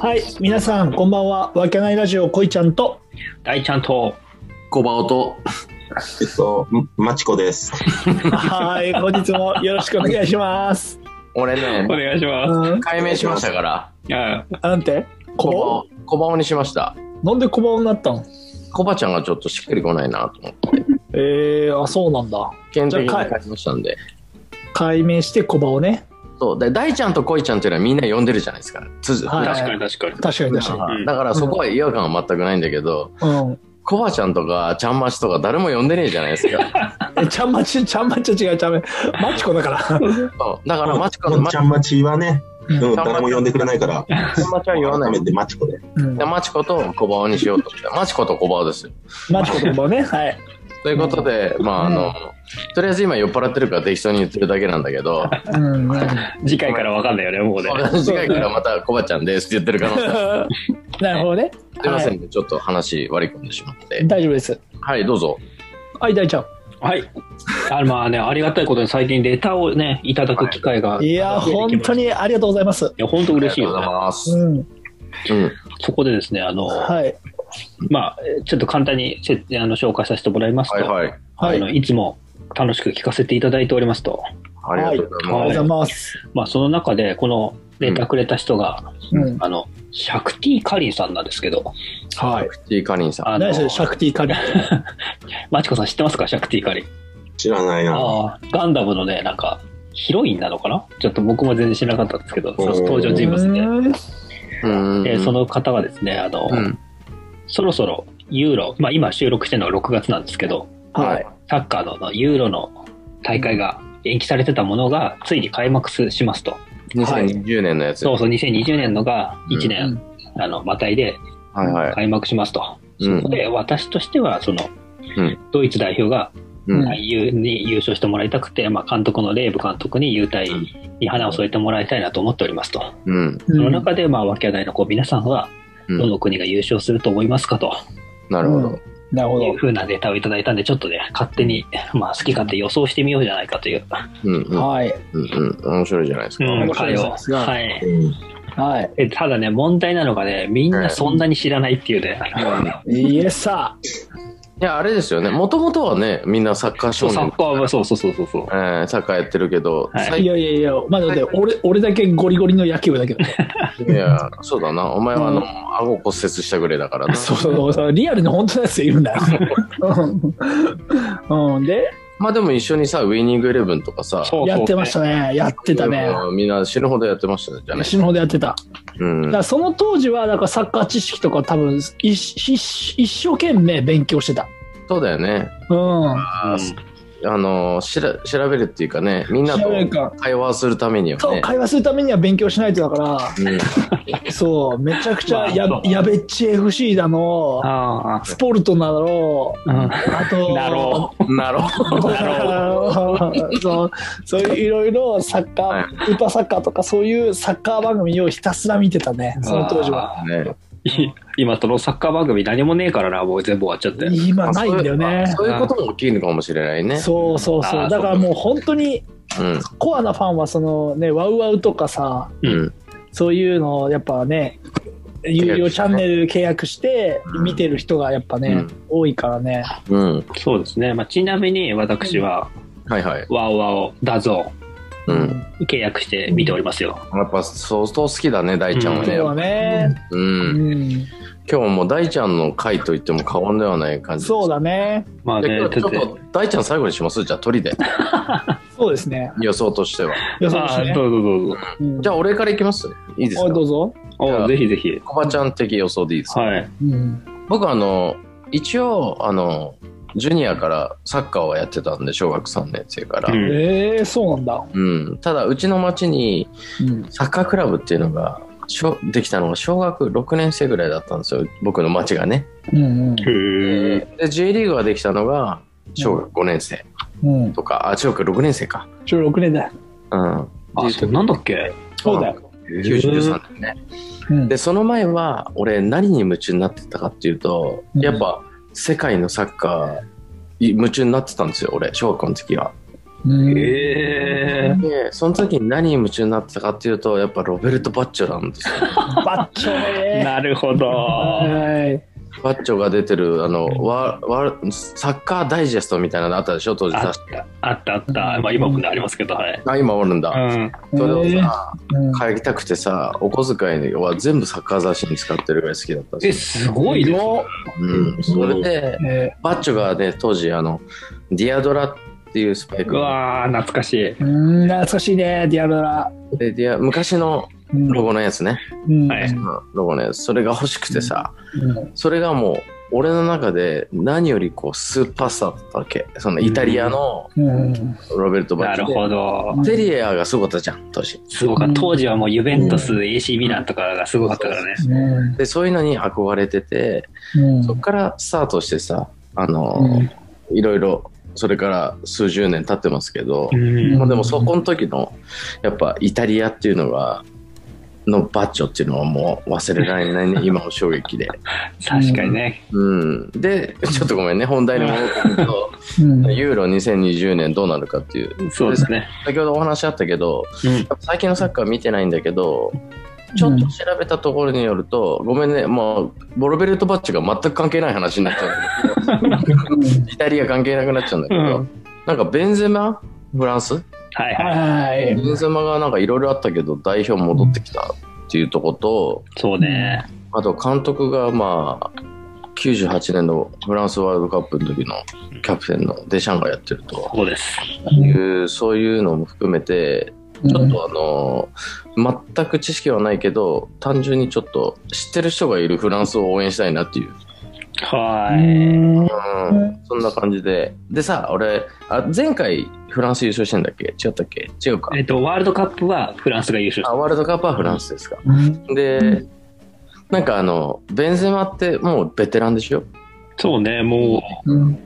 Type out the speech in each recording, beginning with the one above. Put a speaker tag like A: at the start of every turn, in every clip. A: はい、皆さん、こんばんは。わけないラジオ、こいちゃんと。
B: 大ちゃんと、
C: 小バオと、
D: えっと、まちこです。
A: はい、本日もよろしくお願いします。
E: 俺
B: お
E: ね、
B: 願いします。
A: うん、
E: 改名しましたから、
B: いや
A: あなんて、
E: 小バ
A: こ
E: オ、小バオにしました。
A: ば。なんでこばになったの。
E: コバちゃんがちょっとしっくりこないなと思って、
A: えー、あ、そうなんだ。
E: 検討に
A: じゃあ
E: 変えましたんで。
A: 解明してこばをね。
E: そう、で大ちゃんと恋ちゃんっていうのはみんな呼んでるじゃないですか。つづ
A: はい
B: 確かに確かに。
A: 確かに、確か
B: うん
E: だからそこは違和感は全くないんだけど、
A: に。うん。
E: コバちゃんとかちゃんましとか誰も呼んでねえじゃないですか。
A: え、ちゃんまち、ちゃんまちは違う、ちゃんま。マチコだから。
E: そうだから
D: も
E: マ
D: っ
E: チコの、マ
D: ち
E: チ
D: ゃんまちはね、
A: うん
D: うん、誰も呼んでくれないから、
E: ちゃんまちは言わな
D: 改
E: い
D: め。てまちこで。
A: うん
E: で、マチコとコバオにしようとして、マチコとコバオですよ。
A: マチコとこばをね。はい。
E: ということで、まああの、とりあえず今酔っ払ってるから適当に言ってるだけなんだけど、
A: うん。うん
B: 次回からわかんないよね、もうね。
E: 次回からまたコバちゃんですって言ってる可能 性
A: なるほどね。
E: すいません
A: は
E: ね、ちょっと話割り込んでしまって
A: い。。大丈夫です。
E: はい、どうぞ。
A: はい、大ちゃん。
B: はい。あまあね、ありがたいことに最近レターをね、いただく機会が。
A: いや、
B: 増えて
A: 本
B: きました
A: 当にありがとうございます。
B: いや、本当嬉しいよ、
E: あ
B: ね。
E: りがとうござい
A: うん。
E: ます。うん。
B: そこでですね、あの、
A: はい。
B: まあ、ちょっと簡単にせあの紹介させてもらいますと、
E: はいはい。
A: は
B: あ
A: い。あ
B: の
A: り
B: いつも楽しく聞かせていただいておりますと、
E: ありがとうござい
A: がとう
E: ま
A: ご
E: す。
A: ざいます。
B: まあ、その中で、このレターくれた人が、
A: うん。
B: あの、シャクティ・カリンさんなんですけど、
A: はい。
E: シティカリンさん。
B: あの
A: 何それ、シャクティカリー。
B: マチコさん知ってますか、シャクティ・カリン。
D: 知らないな。
B: ああ、ガンダムのね、なんか、ヒロインなのかなちょっと僕も全然知らなかったんですけど、その登場人物で。
A: 物
E: うん
B: で、そ、の方がですね、あの、
E: うん。
B: そろそろユーロ、まあ今収録してるのは6月なんですけど、
A: はい。
B: サッカーののユーロの大会が延期されてたものが、ついに開幕すしますと。
E: 2020年のやつ。
B: そうそう、2020年のが1
A: う
B: 年、あの、またいで
E: はいはい。
B: 開幕しますと。
E: うん
B: そこで、私としては、その
E: うん、
B: ドイツ代表が
E: うん
B: まあ優に優勝してもらいたくて、まあ、監督のレーブ監督に優待に花を添えてもらいたいなと思っておりますと、
E: うん。
A: う
B: その
A: ん
B: 中で、まあ、わけないのこう皆さんは
E: うん
B: どの国が優勝すると思いますかと
E: なるほど。
A: なるほ
B: い
A: ど
B: う。ふうなデータをいただいたんで、ちょっとね、勝手に、まあ、好き勝手予想してみようじゃないかという、
E: うんうん。
A: はい。
E: うんうん。面白いじゃないですか。
A: 面
B: は
A: 白い
B: い
A: ですが
B: はい
D: うん、
A: はい。
B: えただね、問題なのがね、みんなそんなに知らないっていうね、
A: イエスさ
E: いや、あれですよね。もともとはね、みんなサッカー
B: そ
E: 少
B: うサ
E: 年
B: ッ。カーはそうそうそうそうそう。
E: えーサッカーやってるけど、
B: はい
A: い
E: 最
A: やいやいや、まだだって俺、俺だけゴリゴリの野球部だけど。
E: 近、いや、そうだな。お前はあ
A: う
E: の、顎骨折したぐらいだから な。
A: そうそうそう、リアルに本当のやついるんだ よ。うんうん。で、
E: まあでも一緒にさ、ウィニングイレブンとかさ、
B: そう
A: やってましたね。やってたね。
E: うんみんな死ぬほどやってましたね、じゃあね。
A: 死ぬほどやってた。
E: うん
A: だか。らその当時は、だからサッカー知識とか多分、一一一生懸命勉強してた。
E: そうだよね。
A: うん。
B: うん
E: あの、しら調べるっていうかね、みんなと
A: 調べるか
E: 会話するためには
A: そう、
E: ね。
A: 会話するためには勉強しないとだか
E: うん
A: ら、そう、めちゃくちゃや
B: まあそう
A: やべっち FC だの、
B: あ
A: スポルトなど、
B: あ、うん
A: あと、
B: なろ
E: なるほど。
A: そうそういういろいろサッカ
E: は
A: ー、スーパーサッカーとかそういうサッカー番組をひたすら見てたね、その当時は。
B: は。
E: ね、
B: い 今そのサッカー番組何もねえからなもう全部終わっちゃって
A: 今 ないんだよね。
E: そういうことも起きるのかもしれないね。
A: そうそう
B: あ
A: そう。
B: ー
A: だからもう本当に
E: うん。
A: コアなファンはそのね、ワウワウとかさ、
E: うん。
A: そういうのをやっぱね、有料チャンネル契約して
E: うん
A: 見てる人がやっぱね、
E: うん
A: 多いからね。
E: うん。
B: そうですね、まあ、ちなみに私は
E: はいはい。
B: ワオワオダゾ
A: う
E: う。
A: ん
B: ーン契約して見ておりますよ、
E: やっぱ相当好きだね、大ちゃんは
A: そう
E: ね。
A: だね。
E: うん。
A: うん
E: 今日もう大ちゃんの回と言っても過言ではない感じ。
A: そうだね。
B: まあ
E: じゃあ
B: ね
E: 今日ちょっ
B: だって
E: と大ちゃん最後にしますじゃあ 鳥で。
A: そうですね。
E: 予想としては。
A: よそ
B: まあ
A: ね。
B: どうぞどうぞ
A: うん
E: じゃあ俺からいきますいいです
A: おいど
E: か
A: うぞ。
B: おうぜひぜひ
E: コバちゃん的予想でいいですか
B: はい
A: うん。
E: 僕あの一応あのジュニアからサッカーはやってたんで小学3年生から、
B: う
E: うんん
A: ええそうなんだ。
E: ただうちの町に
A: うん。
E: サッカークラブっていうのが小できたのが小学6年生ぐらいだったんですよ僕の町がね、
A: うん
B: へえ
E: で J リーグができたのが小学5年生
A: うん。うん。
E: とか、あ小学6年生か
A: ちょ六年だ。
E: うん
B: あそうなんだっけ
A: そうだよ。
E: 93年ね
A: うん。
E: でその前は俺何に夢中になってたかっていうと、
A: うん
E: やっぱ世界のサッカーに夢中になってたんですよ俺小学校の時は
A: うん
B: へ
A: ね。
B: え
E: でその時に何に夢中になってたかっていうとやっぱロベルト・バッチョなんですよ
A: バッチョね。
B: なるほど。
A: はい。
E: バッチョが出てるあのワワサッカーダイジェストみたいなのあったでしょ当時
B: あっ
E: 確か
B: た、あった、あった。まあ今もねありますけど、はい。
E: あ今おるんだ、
B: うん。
E: それを
A: えー
E: さ
A: うん
E: 買いたくてさお小遣いは全部サッカー雑誌に使ってるぐらい好きだったん
B: え、
E: です
B: すごいですね。
E: うん、それで
A: え
E: バッチョがね当時あのディアドラっていうスパイク
B: うわー、懐かしい。
A: ーうん、懐かしいね、ディアドラ。
E: でディア昔の
A: うん
E: ロゴのやつね、
A: うん
B: はい
E: うんロゴのやつそれが欲しくてさ、
A: うん
E: それがもう俺の中で何よりこうスーパースターだったわけそのイタリアの
A: うん
E: ロベルト・バ
B: な
E: ッチ
B: る
E: ョで、
B: ほど。
E: セリエアがすごかったじゃん当時
B: すごかった。当時はもうユベントス、AC ミランとかがすごかったからね。
A: うん
E: でそういうのに憧れてて
A: うん
E: そっからスタートしてさあのー、いろいろそれから数十年経ってますけど、
B: うん
E: まあ、でもそこの時のやっぱイタリアっていうのがのバッチョっていうのはもう忘れられ ないね今も衝撃で、
B: 確かにね。
E: うん、でちょっとごめんね本題に戻ってくる と
A: うん
E: ユーロ2020年どうなるかっていう
B: そうですね。
E: 先ほどお話あったけど
B: うん。
E: 最近のサッカー見てないんだけどちょっと調べたところによると、ごめんねもうボロベルト・バッチョが全く関係ない話になっちゃうんだけど
A: うん
E: イタリア関係なくなっちゃうんだけど、
B: うん
E: なんかベンゼマフランス
B: はいはい。
A: はいはい
E: ベンゼマがなんかいろいろあったけど代表戻ってきたっていうとこと
B: そうね。
E: あと監督がまあ98年のフランスワールドカップの時のキャプテンのデシャンがやってると
B: そうです。
E: いうそういうのも含めてちょっとあの全く知識はないけど単純にちょっと知ってる人がいるフランスを応援したいなっていう、
B: は
A: う
B: ーい。
A: ん
E: うん、そんな感じででさ俺あ前回フランス優勝してんだっけ違ったっけ違うか
B: えっと、ワールドカップはフランスが優勝し
E: あワールドカップはフランスですか
A: うん
E: でなんかあのベンゼマってもうベテランでしょ
B: た。そうね、もう、
A: うん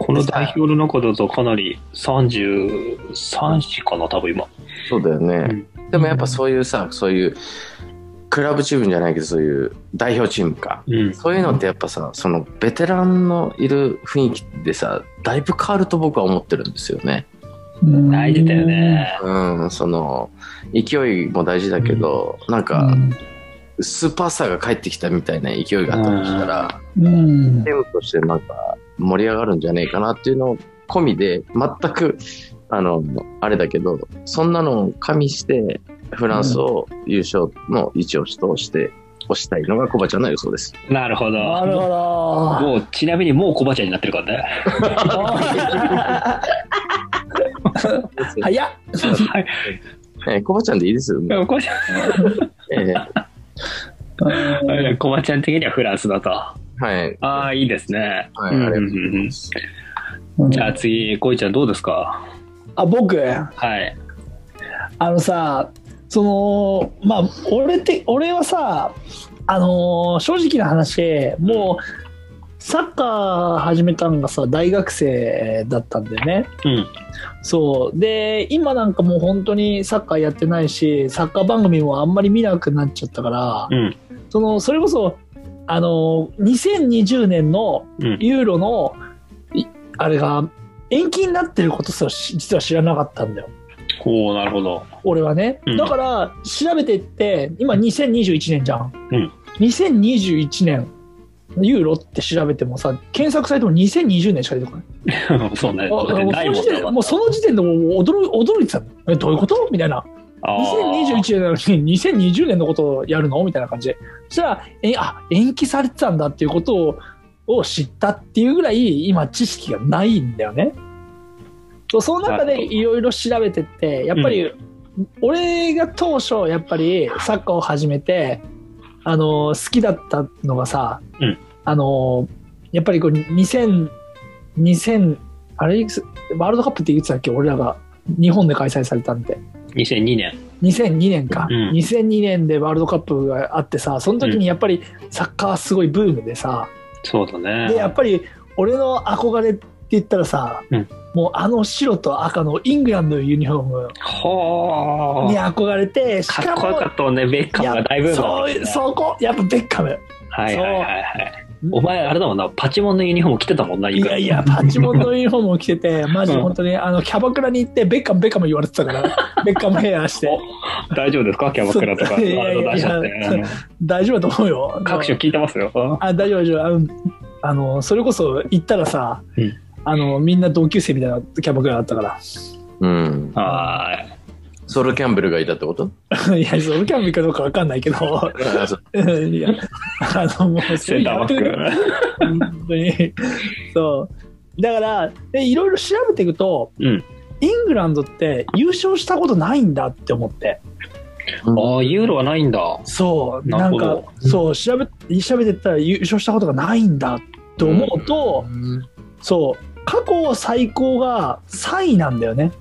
B: この代表の中だとかなり33子かな、多分今。
E: そうだよね、でもやっぱそういうさそういうクラブチームじゃないけどそういう代表チームか
B: うん。
E: そういうのってやっぱさそのベテランのいる雰囲気でさだいぶ変わると僕は思ってるんですよね。
A: うん
B: 大事だよね。
E: うん、その勢いも大事だけど、なんかスーパースターが帰ってきたみたいな勢いがあったとしたら、
A: うん
E: チームとしてなんか盛り上がるんじゃねえかなっていうのを込みで全くあのあれだけどそんなのを加味してフランスを優勝の一押しとして推したいのがコバちゃんの予想です。
B: なるほ
A: なる
B: ど。
A: ほど
B: もう、ちなみにもうコバちゃんになってるからね。
A: 早っ
B: はい。
E: えーコバちゃんでいいですよね。
B: コバち
E: えー
B: ゃんコバちゃん的にはフランスだと。
E: はい。
B: ああ、いいですね。
E: はい
B: うん
E: ありがとう
B: うんうんうん
E: す
A: うん
B: じゃあ次、コイちゃんどうですか
A: あ僕
B: はい。
A: あのさそのまあ俺って俺はさあのー正直な話もうサッカー始めたのがさ大学生だったんだよね
B: うん。
A: そうで今なんかもう本当にサッカーやってないしサッカー番組もあんまり見なくなっちゃったから、
B: うん。
A: そのそれこそあのー2020年の
B: うん。
A: ユーロのいあれが延期になってることすらし実は知らなかったんだよ
B: おおなるほど。
A: 俺はね、
B: うん
A: だから調べてって今2021年じゃん、
B: うん
A: 2021年ユーロって調べてもさ検索サイトも2020年しか出てこない
B: そうね。
A: あ
B: だってない
A: もうその時
B: もんだ
A: 点で
B: わ
A: もうその時点でもう驚い驚いてたのえどういうことみたいな
B: あ
A: 2021
B: ー
A: 年なのに2020年のことをやるのみたいな感じでそしたらえあ延期されてたんだっていうことをを知ったっていうぐらい今知識がないんだよねそうその中
B: なる
A: で
B: ほど
A: いろいろ調べてってやっぱり、俺が当初やっぱりサッカーを始めてあの好きだったのがさ、
B: うん
A: あのやっぱりこう2000 2000あれいくつワールドカップっていつだっけ俺らが日本で開催されたんで
B: 2002年。
A: 2002年か、
B: うん
A: 2002年でワールドカップがあってさその時にやっぱりサッカーすごいブームでさ、
B: そうだ
A: で
B: ね。
A: やっぱり俺の憧れって言ったらさ、
B: うん
A: もうあの白と赤のイングランドのユニフォーム
B: ほ
A: に
B: ー。
A: 憧れてし
B: か
A: か
B: っこよ
A: も
B: かったもんね、ベッカムがだいぶ。
A: そうそこやっぱベッカム
B: はいはいはいはい。お前、あれだもんな、パチモンのユニフォーム着てたもんな、
A: いやいや、パチモンのユニフォームを着て て、マジ本当に、あの、キャバクラに行って、ベッカム、ベッカム言われてた から、ベッカムヘアして、
B: 大丈夫ですかキャバクラとか、ワ
A: そういや
B: ー
A: いや
B: ルド出しちゃっ
A: い
B: て。
A: や
B: あの
A: 大丈夫だと思うよ。
B: 各所聞いてますよ。
A: あ、大丈夫、大丈夫。あの、あのそれこそ行ったらさ、
B: うん
A: あの、みんな同級生みたいなキャバクラだったから。
E: うん。
B: は
E: ソル・キャンベルがいたってこと
A: いや、そのキャンビかどうかわかんない けど、
E: あそう
A: いや、あの、もう、
B: い。センターバック。
A: 本当に。そう。だから、でいろいろ調べていくと、
B: うん
A: イングランドって優勝したことないんだって思って。
B: ああ、ユーロはないんだ。
A: そう。
B: な
A: な
B: る
A: ん
B: ほど
A: か、そう、調べ、調べてったら優勝したことがないんだと思うと、そう、過去最高が3位なんだよね。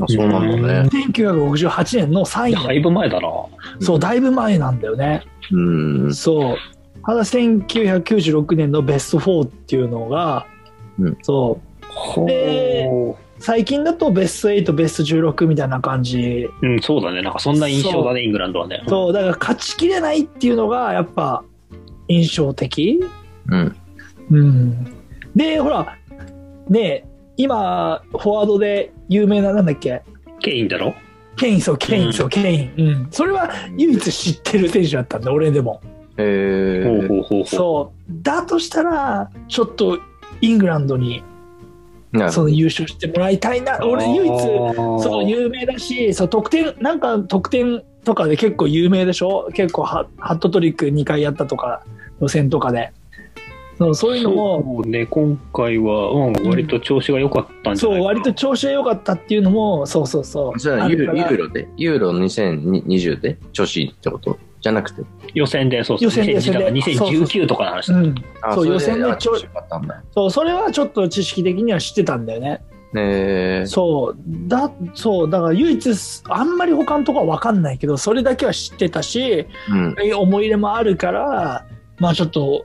E: あそうなんだね。
A: 1968年の3位なん
B: だ
A: だ
B: いぶ前だな。
A: そう、だいぶ前なんだよね。
E: うん。
A: そう。ただ1996年のベスト4っていうのが、
E: うん
A: そう、
B: ほ
A: で
B: う。
A: 最近だとベスト8ベスト16みたいな感じ、
B: うん、そうだね。なんかそんな印象だ
A: そ
B: ね、イングランドはね。
A: そうだから勝ちきれないっていうのがやっぱ印象的、
E: うん。
A: うん、でほらねえ今フォワードで有名ななんだっけ
B: ケインだろ
A: ケインそうケインそう、ケイン、うん、それは唯一知ってる選手だったんで俺でも
E: え
B: ほう
E: ー、
B: ほうほうほう。
A: そうだとしたらちょっとイングランドに
E: なる
A: そ
E: ほ
A: の
E: ど
A: 優勝してもらいたいな俺唯一そ
B: そうう、
A: 有名だしそう得点なんか得点とかで結構有名でしょ結構ハハットトリック2回やったとか予選とかでそうそういうのも
B: そうね、今回は、うん、割と調子が良かったんじゃ
A: そ
B: ないうかな
A: 割と調子が良かったっていうのもそうそうそう
E: じゃあ
A: あ
E: ユ
A: る
E: ー
A: か
E: ロ、ユ
A: ら
E: ーロで、ユーロ2020で調子いいってことじゃなくて。
B: 予選で、そうそう、
A: 予選で予選で
B: 2019とかの話だ
A: うん、
E: あ
A: そう
E: れ
A: 予選で
E: あ
A: ちょ
E: 調子良かったんだ。
A: そうそれはちょっと知識的には知ってたんだよね
E: えー、
A: そうだそうだから唯一すあんまり他のとこは分かんないけどそれだけは知ってたし
E: うん。
A: 思い入れもあるから、まあちょっと、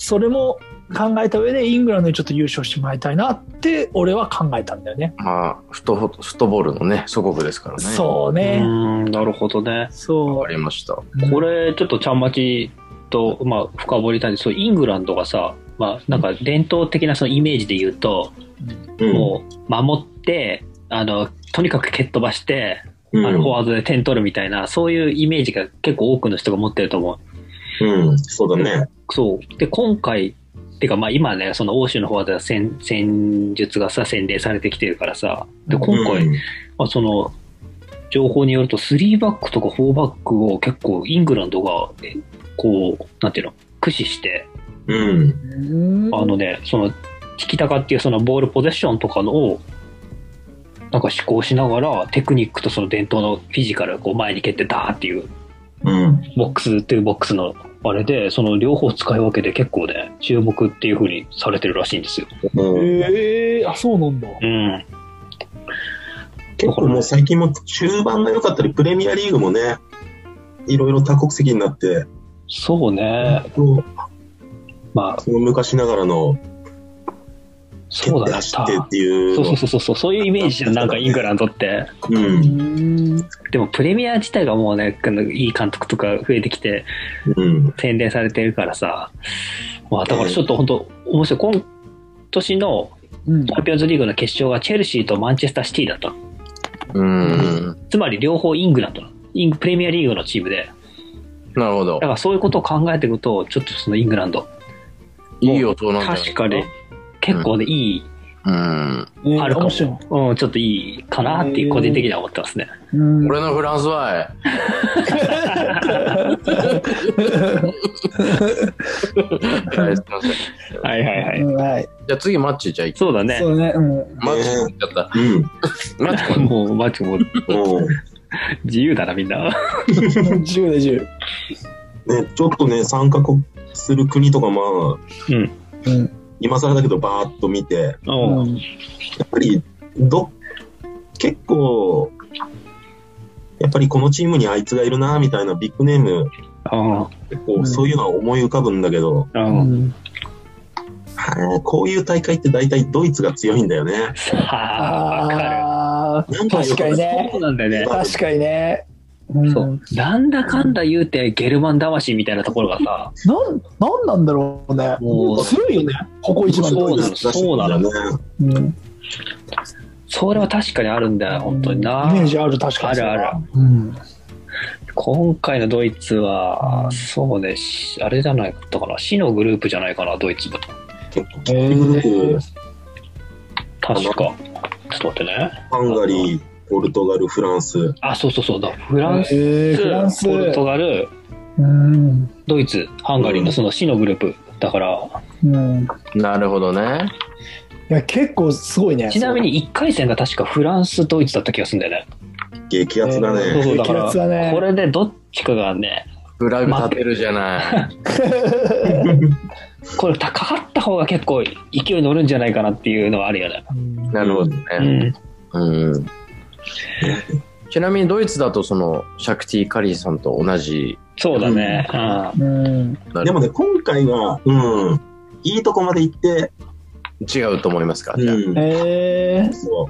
A: それも考えた上で、イングランドにちょっと優勝してもらいたいなって、俺は考えたんだよね。
E: まあ、フットボフットボールのね、祖国ですからね。
A: そう
B: うー
A: ね。
B: ん、なるほどね。
A: そ
E: わかりました。
A: う。
B: これ、ちょっとちゃんまちと、まあ、深掘りたいんですけど、イングランドがさ、まあ、なんか伝統的なそのイメージで言うと、
D: うん
B: もう、守って、あの、とにかく蹴っ飛ばして、
D: う
B: あの、フォ
D: ん
B: ワードで点取るみたいな、そういうイメージが結構多くの人が持ってると思う。
D: うん、そうだね。
B: そう。で、今回、てか、まあ今ね、その欧州の方では戦戦術がさ、洗練されてきてるからさ、で、
A: うん
B: 今回、
D: うん
B: まあ、その、情報によると、3バックとか4バックを結構イングランドが、えこう、なんていうの、駆使して、
D: う
A: う
D: ん。
A: ん
B: あのね、その、引きたかっていうそのボールポゼッションとかのを、なんか試行しながら、テクニックとその伝統のフィジカルをこう前に蹴ってダーっていう、
D: うん。
B: ボックスっていうボックスのあれで、その両方使い分けて結構ね、注目っていう風にされてるらしいんですよ。
D: うん
A: えー、あ、そうなんだ。
B: うん。
D: 結構もう最近も中盤が良かったり、プレミアリーグもね、いろいろ多国籍になって、
B: そうね。まあ、
D: その昔ながらの蹴
B: そう
D: って
B: だね。
D: 走
B: た
D: ってっ
B: そ
D: ていう
B: う
D: の
B: そうそうそう、そういうイメージじゃん、なんかイングランドって。
D: うん
B: でもプレミア自体がもうね、あのいい監督とか増えてきて、
D: うん
B: 洗練されてるからさ。まあ、だからちょっと本当面白い。今年の
A: うん
B: チャンピオンズリーグの決勝がチェルシーとマンチェスターシティだったの。
E: うん。
B: つまり両方イングランドなのイングプレミアリーグのチームで。
E: なるほど
B: だか。らそういうことを考えていくと、ちょっとそのイングランド、
E: いい音なんじゃない
B: 確かに。結構ね、いい、
E: うん。
A: ね
B: あるかも
A: 面白い
B: うん、ちょっといいかなっていう個人的には思ってますね。
A: うん
E: 俺のフランス はえはいすいません
B: はいはいは
A: う。んはい。
E: じゃあ次、マッチじゃあ行き
B: そうだね
A: そ。うね。うん。
E: マッチ行っちゃった。
D: うん。
E: マッチ
B: もう、マジもう
D: うん
B: 自由だな、みんな。
A: 10で10。
D: ね、ちょっとね、参加国する国とか、まあ、
B: うん。
A: うん
D: 今更だけど、バーっと見て、
B: お
A: う
B: う
A: ん
D: やっぱりど、結構、やっぱりこのチームにあいつがいるな、みたいなビッグネーム、
B: あ
D: 結
A: う
D: 構
A: ん
D: そういうのは思い浮かぶんだけど、
B: あ、う。
A: うんん
D: はいこういう大会って大体ドイツが強いんだよね。
B: さあ、わか
A: あー
D: なんかよく
A: 確かに
B: る。
A: ね
B: そうなんだよね。
A: 確かにね。うん
B: そう。なんだかんだ言うて、ゲルマン魂みたいなところがさ、
A: なん、なんなんだろうね。
B: もう
A: 強いよね。ここ一番
B: そうなのそうなの
D: ね。
A: うんイ
B: それは確かにあるんだよ、本当にな。
A: メージある、確かにそれは。
B: あるあ
A: うん。
B: 今回のドイツは、そうね、しあれじゃないかったかな、死のグループじゃないかな、ドイツだと。
D: 結構、
A: え
D: 結
B: 確か。ちょっと待ってね。
D: 構ハンガリー、ポルトガル、フランス、
B: あ、そうそうそうだ。フランス、
A: えーフランス。
B: ポルトガル、
A: うん。
B: ドイツ、ハンガリーのその死のグループだから、
A: うん。い
E: なるほどね。
A: や、結構すごいね。
B: ちなみに1回戦が確かフランス、ドイツだった気がするんだよね。
D: 激アツだ
B: そう
D: ね。
B: そうだか
A: 激アツだね
B: ら、これでどっちかがね、
E: フラグ立てるじゃない。
B: これ高かった方が結構勢い乗るんじゃないかなっていうのはあるよね。
A: うん
E: なるほど
B: う
E: ね。
B: ん。
E: うん。ちなみにドイツだとそのシャクティ・カリーさんと同じ。
B: そうだね。う
D: う
B: ん。
A: うん。
D: でもね、今回は、うん、いいとこまで行って、
E: 違うと思いますか、じゃあ
D: うん、
A: え
D: そう。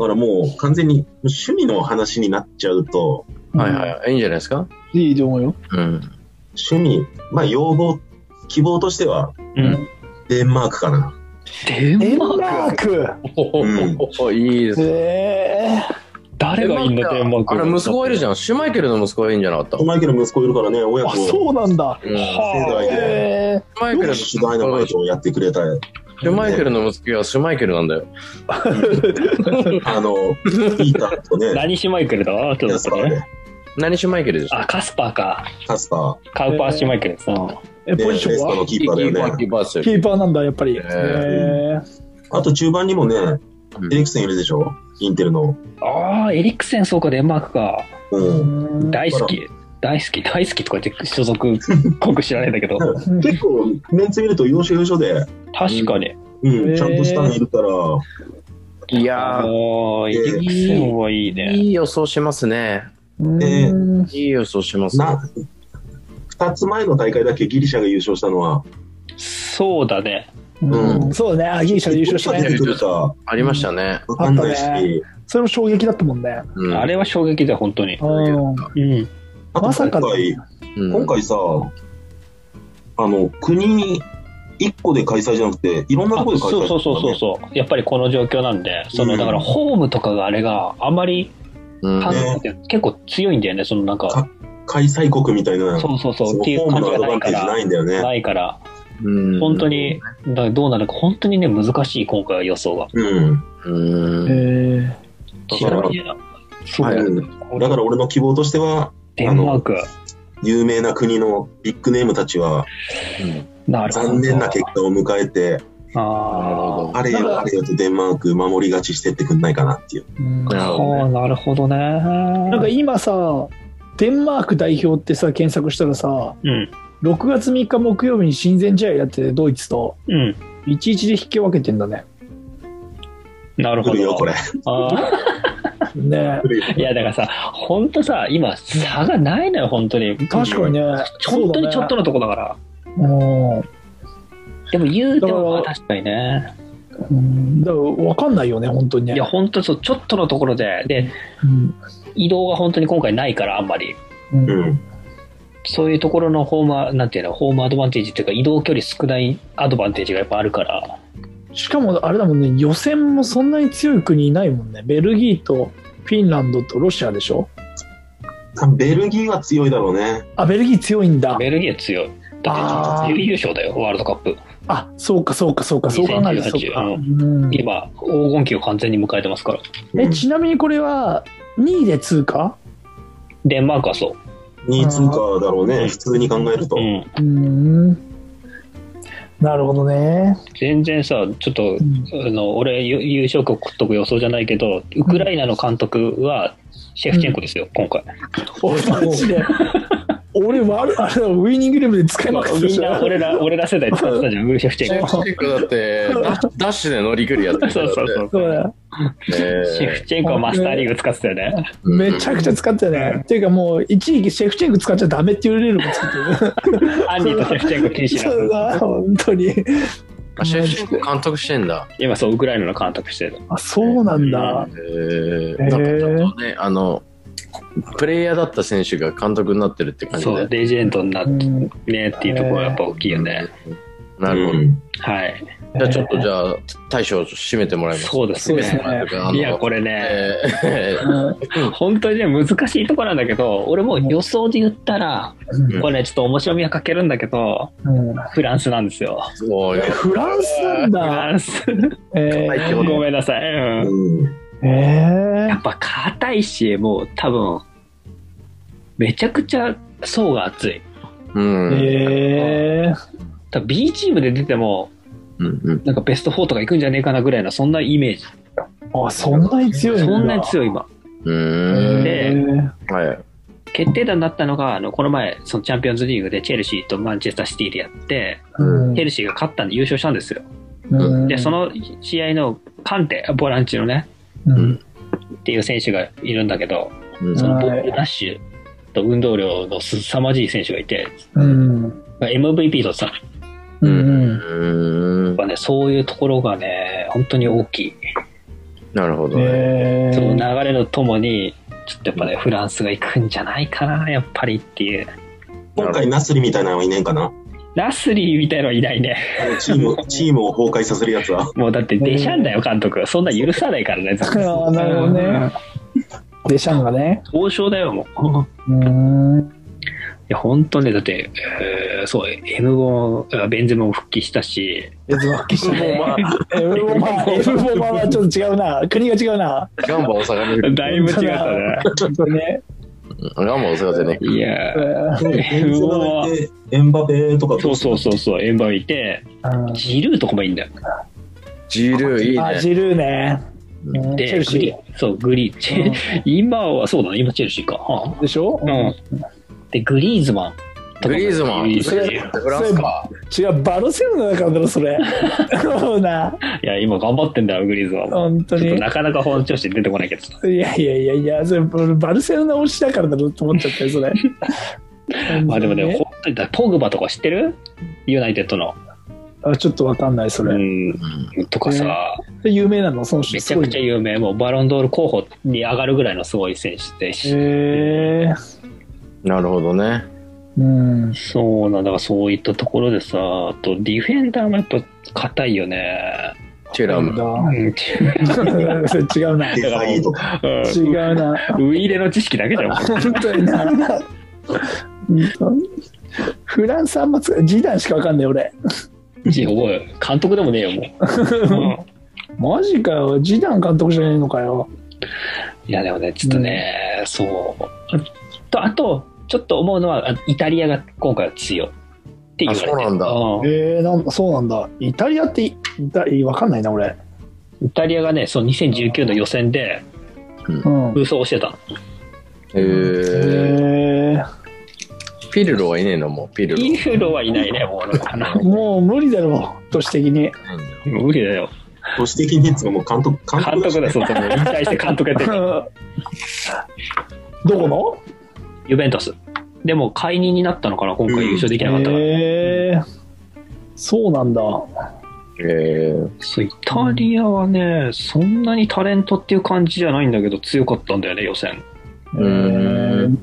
D: だからもう完全に趣味の話になっちゃうと、
A: ー、
E: はいはいはい。いいんじゃないですか
A: い。いいと思うよ。
E: うん。
D: 趣味、まあ要望、希望としては、
B: うん
D: デンマークかな。
B: デ
A: デン
B: ンマ
A: マー
B: ーク
A: ク。
D: うん
E: おいいですね
A: え
B: 誰がいいんだ、デンマーク。
E: あれ、息子がいるじ
B: ゃん。
E: ゃん。シュマイケルの息子がいいんじゃなかった。
D: お前家の息子いるからね、親
A: ー、
D: 子
A: あ、そうなんだ。
E: うん
D: 世代で。
A: え
E: シュマイケルの
D: よく
E: 息
D: 主
E: 子
D: 題の
E: が
D: バ
E: い
D: イ
E: いし
D: トをやってくれた、
E: シュマイケルの息子がシュマイケルなんだよ。
D: あの、ピーター とね、
B: 何シュマイケルだわちょっと
D: や
B: 待
D: つ
B: ってね。
D: ね、
E: 何シュマイケルでしょ
B: あ、カスパーか。
D: カスパ
B: カウパーシュマイケルさん。
A: ー、え、
D: ー、で
A: ポ
D: レ
A: ジション
D: スパ
A: は
D: のキーパーだよね。
E: キーパーですよ
A: キーパーなんだ、やっぱり。
E: え
A: え
E: ー
A: ー、
D: あと中盤にもね、エリクセンいるでしょ、インテルの。
B: ああ、エリクセン、そうか、デンマークか。
D: うん、
B: 大好き。大好き、大好きとか言って所属 国知らないんだけど、
D: 結構、メンツ見ると要所要所で、
B: 確かに。
D: う
A: へー
D: ん、ちゃんとしたのいるから、
E: いや
B: ああ、エリクセンはいい
E: ー、
B: ね。
E: いい予想しますね。
A: うん
D: え
E: いい予想しますね。
D: な2つ前の大会だけギリシャが優勝したのは、
B: そうだね。
A: う、
D: うん
A: そうだね。あ、ギリシャで優勝した
D: どっから
A: ね
D: 出。てくるか
E: ありましたね。
D: 分かんないし、
A: あった
D: あ,、
A: ねそれも衝撃だったもんね。
E: うん
B: あれは衝撃だよ、本当に。
A: うん。
B: うん。
D: と
A: まさ
D: 今
A: か
D: 回、
A: だね
E: うん
D: 今回さ、あの、国1個で開催じゃなくて、いろんなところで開催
B: そうそうそうそう
D: う。
B: そう。やっぱりこの状況なんで、その、
D: うん
B: だからホームとかがあれがあまり
E: うん
B: 感
D: ね
B: 結構強いんだよね、そのなんか、
D: か開催国みたいな、
B: そうそう
D: そ
B: そう
D: の
B: っていう
D: ホーム
B: 感じ
D: の
B: が
D: アド
B: な
D: バ
B: い
D: ンテ
B: か
D: ージ
B: ら
D: な、いんだよね。
B: ないから、
E: うん
B: 本当に、だからどうなるか、本当にね、難しい、今回は予想が。
D: うん。
E: うん
A: え
B: だ
D: か
B: かららね、そうだよねこれ
D: だから俺の希望としては、
B: デンマーク。
D: 有名な国のビッグネームたちは、
B: なるほど。
D: 残念な結果を迎えて、
B: あ
D: あれよあれよとデンマーク守り勝ちしてってくんないかなっていう。
A: ーうん
E: な
B: あ。
E: るほど
B: ああ、なるほどね。
A: なんか今さ、デンマーク代表ってさ、検索したらさ、
B: うん。
A: 6月3日木曜日に親善試合やってて、ドイツと
B: うん。
A: 1-1で引き分けてんだね。
B: なる
D: 来
B: ほ
D: るよ、こ
B: ど。
D: れ。
B: ああ。
A: ね
D: 来るよ。
B: いやだからさ、本当さ、今、差がないのよ、本当に。
A: 確かにね。
B: 本当にちょっとのとこだから。
A: そう
B: でも言うても、
A: だ
B: あ
A: から
B: 確かにね。
A: だね。うん。うんだから分かんないよね、本当にね。
B: いや、本当にそう、ちょっとのところで、で、
A: うん
B: 移動が本当に今回ないから、あんまり。
A: うん
D: うん。
B: そういうところのホームア、なんていうの、ホームアドバンテージっていうか、移動距離少ないアドバンテージがやっぱあるから。
A: しかもあれだもんね、予選もそんなに強い国いないもんね。ベルギーとフィンランドとロシアでしょ
D: ベルギーは強いだろうね。
A: あ、ベルギー強いんだ。
B: ベルギーは強い。だ
A: あ
B: っ
A: ー
B: て、準優勝だよ、ワールドカップ。
A: あ、そうかそうかそうか、そう考えるとそうか。
B: 2018
A: うん
B: 今、黄金期を完全に迎えてますから。
A: え、ちなみにこれは2位で通過
B: デンマークはそ
D: 2位通過だろう
B: うん
D: ね、普通に考えると
B: う。う。ん。
A: うーん。なるほどね。
B: 全然さ、ちょっと、
A: うん
B: あの俺、ゆ優勝国とか予想じゃないけど、ウクライナの監督はシェフチェンコですよ、今回。
A: おマジで。俺悪い、あれだ、ウィニングレベルで使いまくってた
B: みんな俺ら俺ら世代使ってたじゃん、ウーシェフチェンコ。
A: そ
E: 結構だって、ダッダッシュで乗り切るやつだって
B: そうそうそう。
A: そうだよ
B: シェ
E: ね
B: フチェンコはマスターリーグ使ってたよね。
A: めちゃくちゃ使ってたね。っていうかもう、一時期シェフチェンク使っちゃダメっていうルールも作ってる。
B: アンディとシェフチェンコ禁止
A: そう
B: な
A: だ、本当に。
E: あシェフチェンコ監督してんだ。
B: 今そう、ウクライナの監督してる。
A: あ、そうなんだ。へ
E: え
A: ー
E: ー、なんかちょっとね、あの、プレイヤーだった選手が監督になってるって感じ
B: そう、
E: で。
B: レジェンドになっ
A: う
B: て
A: ん
B: ねっていうところがやっぱ大きいよね。
E: なるほど。
D: うん
B: はい。
E: じゃあちょっとじゃあ、大将締めてもらいます。
B: そうです
A: そうです
B: ね。
A: ね
E: あの
B: いや、これね、
E: えー
A: うん
B: 本当にね、難しいところなんだけど、俺も予想で言ったら、
A: うん
B: これねちょっと面白みは欠けるんだけど、
A: うん
B: フランスなんですよ。
E: そうよ
A: フランスなん
B: フ
A: だ。
B: ランス。
A: え
E: はいってこ
B: ごめんなさい。うん
D: うん
A: ー、え
B: やっぱ硬いし、もう多分、めちゃくちゃ層が厚い。
E: うん
A: ー、えー、
B: 多分 B チームで出ても、
E: うんうん
B: なんかベスト4とか行くんじゃねえかなぐらいな、そんなイメージ。
A: あそんなに強いんだ
B: そんなに強い今。
E: う
A: え
E: ん
B: で
A: ー
E: はい。
B: 決定打になったのが、あの、この前、そのチャンピオンズリーグでチェルシーとマンチェスターシティでやって、
A: うん
B: チェルシーが勝ったんで優勝したんですよ。
A: うん
B: で、その試合の観点、ボランチのね、
A: うん
B: っていう選手がいるんだけど、
E: うん
B: そのボ
A: は
B: ー
A: い
B: ルダッシュと運動量の凄まじい選手がいて、
A: うん、
B: MVP とったの
A: うん
E: うーん
B: やっぱね、そういうところがね、本当に大きい。
E: なるほどね。
A: えー、
B: その流れのともに、ちょっとやっぱね、フランスが行くんじゃないかな、やっぱりっていう。
D: 今回、ナスリみたいなのはいねえんかな
B: ラスリーみたいのはいないね。
D: あのチ ーム、チームを崩壊させるやつは。
B: もうだって、デシャンだよ、監督。そんな許さないからね、
A: あーなるほどね。デシャンがね。
B: 交渉だよ、もう。
A: うーん。
B: いや、本当ね、だって、えーそう、M ボン、ベンゼムも復帰したし、
A: やつばっきしてね。エルボマ、エルボマはちょっと違うな。国が違うな。
E: ガンバ大阪 に。
B: だいぶ違ったね。
A: ちょっとね。
E: ガンバ大阪じゃね
B: いやー、
D: エン
B: M
D: ゼ
B: ボン
D: マが
B: は、
D: いてエンバペとか
B: そうそうそうそう、エンバーいて、
A: うん
B: ジルーとかもいいんだよ。
E: ジルーいい
A: あ、
E: ね。
A: ジルーね。
E: う
A: うんチェ
B: で、
A: ル
B: グリ
A: シ
B: ー、そう、グリー、チェ今はそうだね、今チェルシーか。は
A: ー。でしょ
B: あうん。で、グリーズマンとかも
E: グリーズマン。
B: いいし
A: それ
E: フランスか。
A: 違う、バルセロナだからだろ、それ。そうな。
B: いや、今頑張ってんだよ、グリーズマンも。
A: 本当
B: ちょっと
A: に。
B: なかなか本調子で出てこないけど。
A: いやいやいやいや、それバルセロナ推しだからだろと思っちゃったよ、そ れ。
B: まあでもね、本当にだ、ポグバとか知ってるユナイテッドの。
A: あちょっとわかんない、そうれ。
B: ん。とかさ、
A: 有名なの、その人。
B: めちゃくちゃ
A: いい。
B: 有名。もうバロンドール候補に上がるぐらいのすごい選手でし。
A: へえ
E: なるほどね。
A: うん。
B: そうなんだからそういったところでさ、あとディフェンダーもやっぱ硬いよね。
E: テュラム。
B: う
A: なん
B: ん、違
A: だそれ違うな。
D: デサイとか。
A: 違
B: う
A: うな。
B: ウイイレの知識だけじゃん。
A: 本当にな。うんフランスあんまつジダンしかわかんない俺。
B: いやおい監督でもねえよ、もう。
A: マジかよ。ジダン監督じゃねえのかよ。
B: いやでもねちょっとね、そうとあとちょっと思うのはあイタリアが今回は強いって言われて
E: あそうなんだ
B: う
A: えー、なんそうなんだ。イタリアっていイタわかんないな俺。
B: んイタリアがねその2019の予選で
A: うん。
B: 空想をしてたの
E: えー
A: え
E: ピルロはいねえのもう、ピルロ。
B: インフロはいないねもうだから
A: ー、もう無理だろう。都市的に。
B: 無理だよ
D: 都市的にいつももう監督、監
B: 監
D: 督
B: 督だそうそうもう引退して監督やってる
A: どこの
B: ユベントスでも解任になったのかな今回優勝できなかったから、
A: えー、そうなんだ。
E: えー
B: そうイタリアはねそんなにタレントっていう感じじゃないんだけど強かったんだよね予選
A: え
E: う
A: ー、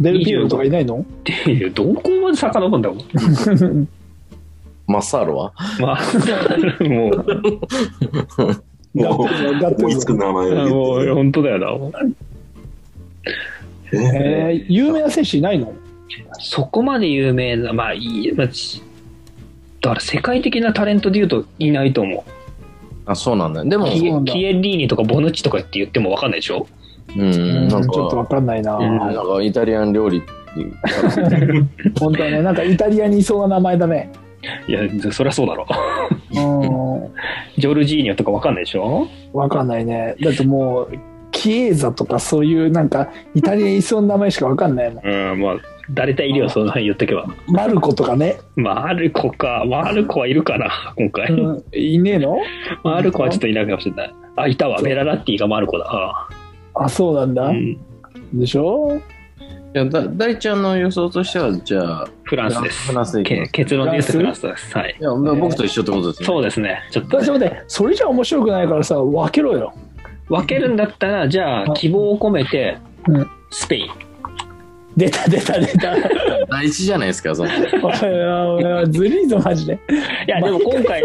A: デルピエロとかいないの
B: っていうどこまで遡るんだ もん
E: マッサーロは
B: まあ、もう、
D: もう思いつく名前を
B: もう
D: 言っ
B: 本当だよな。
D: てね。
A: えー、有名な選手いないの
B: そこまで有名な、まあいい、まあ、しだから世界的なタレントで言うといないと思
E: あ、そうなんだ。でも
B: う。、
A: そう
B: キエ
A: なんだ
B: キエリーニとかボヌッチとかって言っても分かんないでしょ
E: うん、なん
A: ちょっと
E: か、
A: わかんないな。
B: うん
E: なんかイタリアン料理っていう。
A: 本当はね、なんかイタリアにいそうな名前だね。
B: いや、そりゃそうだろ。
A: うん。
B: ジョルジーニョとか分かんないでしょ
A: わかんないね。だってもう、キエーザとかそういうなんか、イタリアにいそうな名前しかわかんないもん。
B: うん、まあ、誰かいるよ、その辺言っとけば。
A: マルコとかね。
B: マルコか、マルコはいるかな、今
A: う
B: 回。
A: ん、いねえの
B: マルコはちょっといないかもしれない。あ、いたわ、ベララッティがマルコだ。あ
A: あ、そうなんだ。
B: うん、
A: でしょ
E: いやだ大ちゃんの予想としては、じゃあ、
B: フランスです
E: フランス。でいきま
B: け
E: す
B: 結論で言うと
A: フ
B: フ
A: ラ
B: ラ
A: ン
B: ンスです。はい。
E: いや、まあ僕と一緒ってことですね。
B: そうですね。ちょっと
A: だって待って、それじゃ面白くないからさ、分けろよ。
B: 分けるんだったらじゃあ希望を込めて
A: うん
B: スペイン。
A: 出た出た出た
E: 第一じゃないですか、その。
A: おいおいおいずるいぞマジで
B: いや、でも今 回、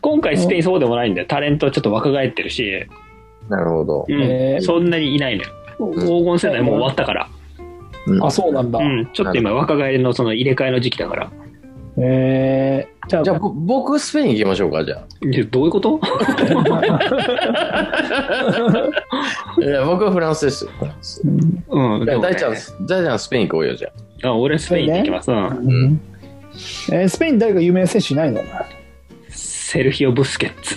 B: 今回スペインそうでもないんだよ。タレントちょっと若返ってるし、
E: なるほど。
B: うん
A: へー
B: そんなにいないのよ。
E: ん
B: 黄金世代もう終わったから、
E: うん
A: あそうなんだ、
B: うん、ちょっと今若返りのその入れ替えの時期だから。
A: えー、じゃあ
E: じゃあ、ぼ僕、スペイン行きましょうか、じゃ
B: でどういうこと？
E: あ。いや、僕はフランスですよ、フランス。
A: うん
B: うん。でもね
E: 大ちゃん、大ちゃんスペイン行こうよ、じゃあ。
B: あ、俺スペインで行きます。うん。
E: ん
A: えースペイン誰か有名な選手いないの
B: セルヒオブスケッツ。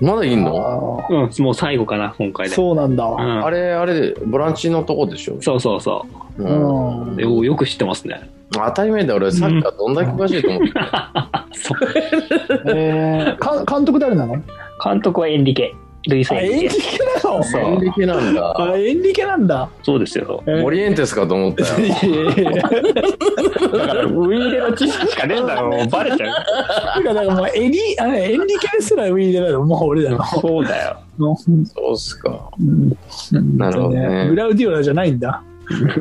E: まだいんの
A: あ
B: うん、もう最後かな今
A: ー
B: 回で。
A: そうなんだ、
B: う
E: あ
B: ん。
E: れ、あれ、ボランチのとこでしょ。
B: そうそうそう
A: うん
E: ん
B: う。でおよく知ってますね。
E: 当たり前だ、俺、サッカーどんだけ詳しいと思ってた。
B: そう。
A: えー、か 監督誰なの
B: 監督はエンリケ。ルイス
A: あ
B: エン
A: エン
B: リ
A: リ
B: ケ。
A: ケなの
B: そう
E: 便利系なんだ。
A: あエンリケなんだ
B: そうですよ。
A: え
E: モリエンテスかと思ったよ。
A: いやいやいや
B: だからウィーレの知識しかねえんだろ。もうバレちゃ
A: な
B: う。
A: んかだからもうエリあエンリケですらウィーデラだもう俺だろ
B: そうだよ。
E: そうっすか。
A: うん
E: なるほどね
A: グラウディオラじゃないんだ、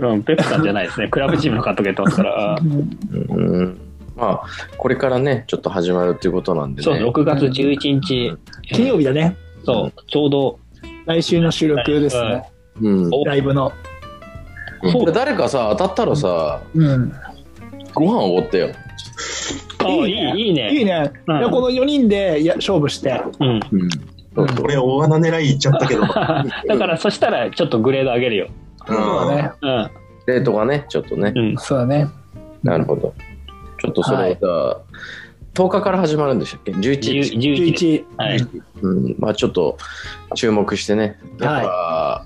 B: うん、ペップさんじゃないですね。クラブチームの監督やってます か
A: う
B: ら。
A: ん
E: うん。まあ、これからね、ちょっと始まるっていうことなんでね。
B: そう、6月11日。
A: 金曜日だね
B: そう、ちょうど。
A: 来週の収録ですね、
E: うん。
B: お
A: ライブの
E: これ誰かさ、当たったらさ、
A: うん
E: ご飯おごってよ。
B: あいい、いい
A: い
B: ね。
A: いね、
B: うん
A: いやこの4人でいや勝負して
B: うん。
E: うん。
A: うん
D: 俺、大穴狙い行っちゃった けど。
B: だから、そしたら、ちょっとグレード上げるよ。
A: そうだね
B: うん。
E: レートがね、ちょっとね
B: う。ん。
A: そうだね
E: なるほど。ちょっとそれが、10日から始まるんでしたっけ ?11 日。
B: 11日。
A: 11
B: はい。
E: うん、まあちょっと注目してね、やっぱ、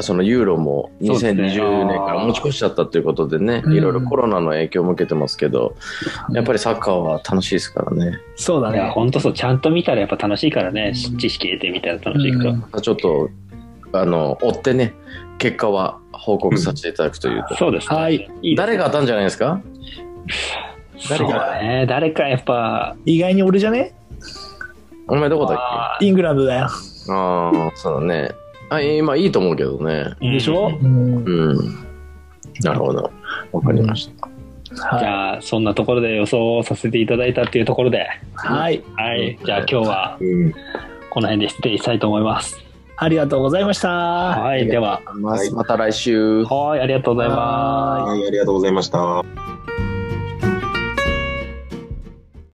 E: そのユーロも
B: そうですね
E: 2020年から持ち越しちゃったということでね、
A: うん
E: いろいろコロナの影響も受けてますけど、やっぱりサッカーは楽しいですからね、
A: そうだ
B: いや、
A: ね
B: ほんとそう、ちゃんと見たらやっぱ楽しいからね。し知識得てみたら楽しいから。
A: うん
E: ちょっとあの追ってね、結果は報告させていただくというと、
B: そうですね。
A: はい
B: いです
E: 誰が当たんじゃないですか、誰
B: そう
E: が
B: だね。誰かやっぱ、
A: 意外に俺じゃね
E: お前どこだっ
B: あ
A: イングランドだよ、
E: けああ、そうだね。あ今いいと思うけどね。
B: ー
A: でしょ、
B: うん
A: うん
E: うん。なるほど。わかりました。
B: じ
A: はい
B: ゃあ、そんなところで予想をさせていただいたっていうところで、
A: はい、
B: はい。じゃあ、今日は
D: うん。
B: この辺で失礼したいと思います。
A: ありがとうございました
B: はい。では、
E: まあまた来週。
B: はい。ありがとうございます。
D: はい、ありがとうございました。